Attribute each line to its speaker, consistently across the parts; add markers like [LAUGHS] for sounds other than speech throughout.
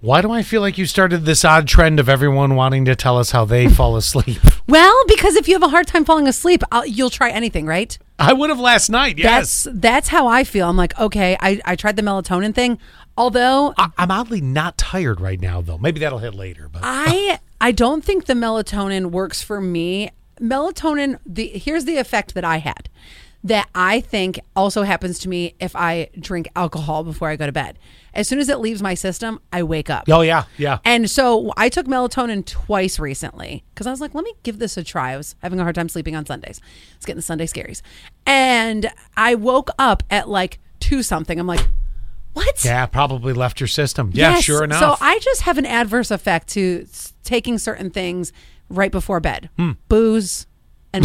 Speaker 1: Why do I feel like you started this odd trend of everyone wanting to tell us how they fall asleep? [LAUGHS]
Speaker 2: Well, because if you have a hard time falling asleep, I'll, you'll try anything, right?
Speaker 1: I would have last night, yes.
Speaker 2: That's that's how I feel. I'm like, okay, I, I tried the melatonin thing, although
Speaker 1: I, I'm oddly not tired right now, though. Maybe that'll hit later, but
Speaker 2: I I don't think the melatonin works for me. Melatonin the here's the effect that I had that I think also happens to me if I drink alcohol before I go to bed. As soon as it leaves my system, I wake up.
Speaker 1: oh yeah, yeah.
Speaker 2: And so I took melatonin twice recently because I was like, let me give this a try. I was having a hard time sleeping on Sundays. I was getting the Sunday scaries. And I woke up at like two something. I'm like, what?
Speaker 1: yeah, probably left your system. Yeah,
Speaker 2: Yes.
Speaker 1: sure enough.
Speaker 2: So I just have an adverse effect to s- taking certain things right before bed
Speaker 1: Hmm.
Speaker 2: booze and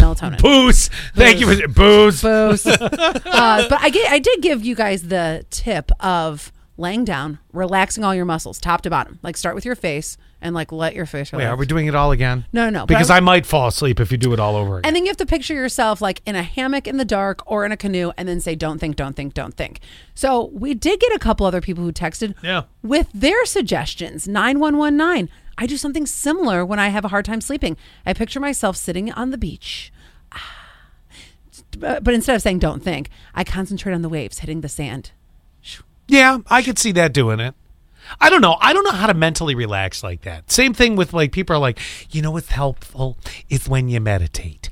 Speaker 1: [LAUGHS]
Speaker 2: melatonin.
Speaker 1: booze. Thank you for booze.
Speaker 2: Booze. uh, but I, get, I did give you guys the tip of laying down, relaxing all your muscles, top to bottom. Like start with your face and like let your face
Speaker 1: Wait,
Speaker 2: relax.
Speaker 1: are we doing it all again?
Speaker 2: No, no, no, but
Speaker 1: Because
Speaker 2: I-
Speaker 1: I, might fall asleep if you do it all over again.
Speaker 2: And then you have to picture yourself like in a hammock in the dark or in a canoe and then say, don't think, don't think, don't think. So we did get a couple other people who texted
Speaker 1: Yeah.
Speaker 2: with their suggestions 9119. I do something similar when I have a hard time sleeping. I picture myself sitting on the beach. Ah. But but instead of saying don't think, I concentrate on the waves hitting the sand.
Speaker 1: yeah, I could see that doing it. I don't know. I don't know how to mentally relax like that. Same thing with like people are like, you know what's helpful is when you meditate.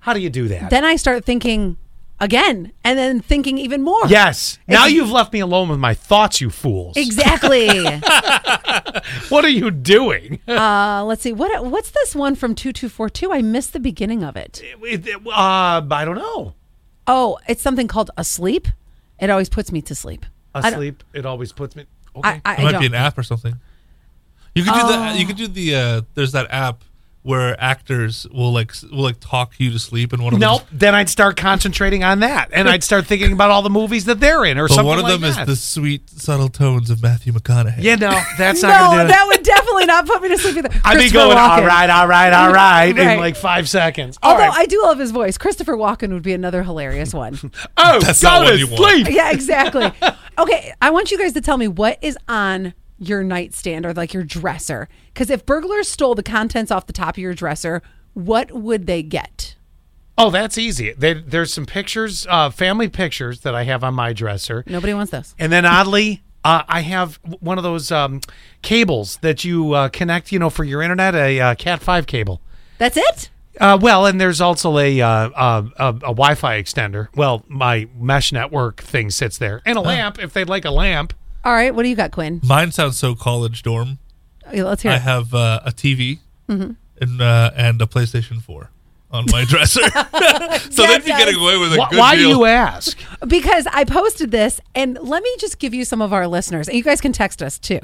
Speaker 1: How do you do that?
Speaker 2: Then I start thinking again and then thinking even more.
Speaker 1: yes. Now
Speaker 2: It's-
Speaker 1: you've left me alone with my thoughts, you fools. [LAUGHS]
Speaker 2: Exactly.
Speaker 1: what are you [LAUGHS] doing?
Speaker 2: Uh, let's see what what's this one from 2242 i missed the beginning of it
Speaker 1: It- it- uh, I don't know.
Speaker 2: oh it's something called asleep it always puts me to sleep I don't-
Speaker 1: Asleep, it always puts me. Okay.
Speaker 2: i, I,
Speaker 3: It might
Speaker 2: don't
Speaker 3: be an app or something. You could do the you could do the uh, there's that app where actors will like s- will like talk you to sleep and one of
Speaker 1: Nope.
Speaker 3: them
Speaker 1: Then I'd start concentrating on that, and I'd start thinking about all the movies that they're in, or
Speaker 3: but
Speaker 1: something
Speaker 3: one of
Speaker 1: like
Speaker 3: them is
Speaker 1: that.
Speaker 3: the sweet subtle tones of Matthew McConaughey.
Speaker 1: Yeah, no, that's
Speaker 2: no
Speaker 1: not gonna do it.
Speaker 2: that would definitely not put me to sleep either
Speaker 1: [LAUGHS] I'd be
Speaker 2: Christopher
Speaker 1: going, all
Speaker 2: Walken.
Speaker 1: right, all right, all right,
Speaker 2: Right.
Speaker 1: in like five seconds. All
Speaker 2: although
Speaker 1: right.
Speaker 2: i do love his voice christopher walken would be another hilarious one
Speaker 1: [LAUGHS] oh,
Speaker 3: That's
Speaker 1: go
Speaker 3: not what
Speaker 1: to
Speaker 3: you want.
Speaker 1: sleep.
Speaker 2: yeah exactly okay i want you guys to tell me what is on your nightstand or like your dresser because if burglars stole the contents off the top of your dresser what would they get
Speaker 1: Oh, that's easy. They, there's some pictures, uh, family pictures that I have on my dresser,
Speaker 2: nobody wants those
Speaker 1: and then oddly. Uh, I have one of those um, cables that you uh, connect, you know, for your internet, a uh, Cat five cable.
Speaker 2: that's it
Speaker 1: Uh, well, and there's also a, uh, uh, a a Wi-Fi extender. Well, my mesh network thing sits there, and a lamp if they'd like a lamp.
Speaker 2: All right, what do you got, Quinn?
Speaker 3: Mine sounds so college dorm.
Speaker 2: Okay, let's hear
Speaker 3: I
Speaker 2: it.
Speaker 3: have uh, a TV
Speaker 1: Mm-hmm.
Speaker 3: and uh, and a PlayStation Four on my
Speaker 1: [LAUGHS]
Speaker 3: dresser. [LAUGHS] so they'd
Speaker 2: Yes,
Speaker 3: be
Speaker 2: yes.
Speaker 3: getting away with a
Speaker 1: Why,
Speaker 3: good
Speaker 1: why do
Speaker 3: deal.
Speaker 1: you
Speaker 2: [LAUGHS]
Speaker 1: ask?
Speaker 2: Because I posted this, and let me just give you some of our listeners, and you guys can text us too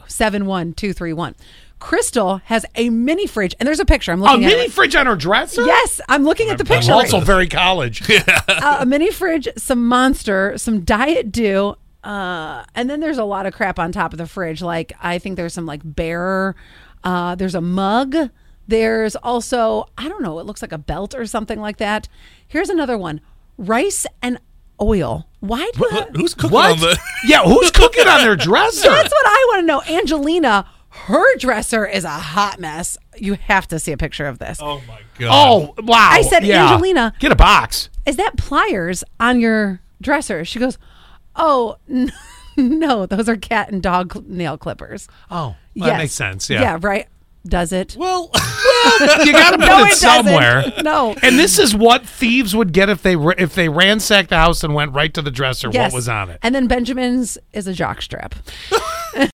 Speaker 2: 71231. Crystal has a mini fridge, and there's a picture. I'm
Speaker 1: A
Speaker 2: looking at
Speaker 1: mini
Speaker 2: it.
Speaker 1: fridge on her dresser?
Speaker 2: Yes, I'm looking at the
Speaker 3: I'm
Speaker 2: picture.
Speaker 1: Also very
Speaker 2: [LAUGHS]
Speaker 1: college.
Speaker 2: Uh, a mini fridge, some monster, some Diet Dew, uh, and then there's a lot of crap on top of the fridge. Like, I think there's some like bear, uh, there's a mug. There's also, I don't know, it looks like a belt or something like that. Here's another one rice and oil. Why do you have-
Speaker 3: Who's cooking
Speaker 1: What?
Speaker 3: on
Speaker 1: [LAUGHS]
Speaker 3: the?
Speaker 1: yeah, who's cooking on
Speaker 2: [LAUGHS]
Speaker 1: their dresser?
Speaker 2: That's what I want to know. Angelina, her dresser is a hot mess. You have to see a picture of this.
Speaker 3: oh my god!
Speaker 1: oh, wow.
Speaker 2: I said,
Speaker 1: yeah.
Speaker 2: Angelina.
Speaker 1: Get a box.
Speaker 2: Is that pliers on your dresser? She goes, Oh, n- [LAUGHS] no, those are cat and dog cl- nail clippers.
Speaker 1: Oh,
Speaker 2: Yeah,
Speaker 1: that makes sense. Yeah.
Speaker 2: Yeah, right. Does it?
Speaker 3: well, [LAUGHS]
Speaker 1: you got to put
Speaker 2: [LAUGHS] No,
Speaker 1: it,
Speaker 2: it doesn't. [LAUGHS]
Speaker 1: somewhere.
Speaker 2: No.
Speaker 1: And this is [LAUGHS] what thieves would get if they ra- if they ransacked the house and went right to the dresser.
Speaker 2: Yes.
Speaker 1: What was on it?
Speaker 2: And then Benjamin's is a jock strap.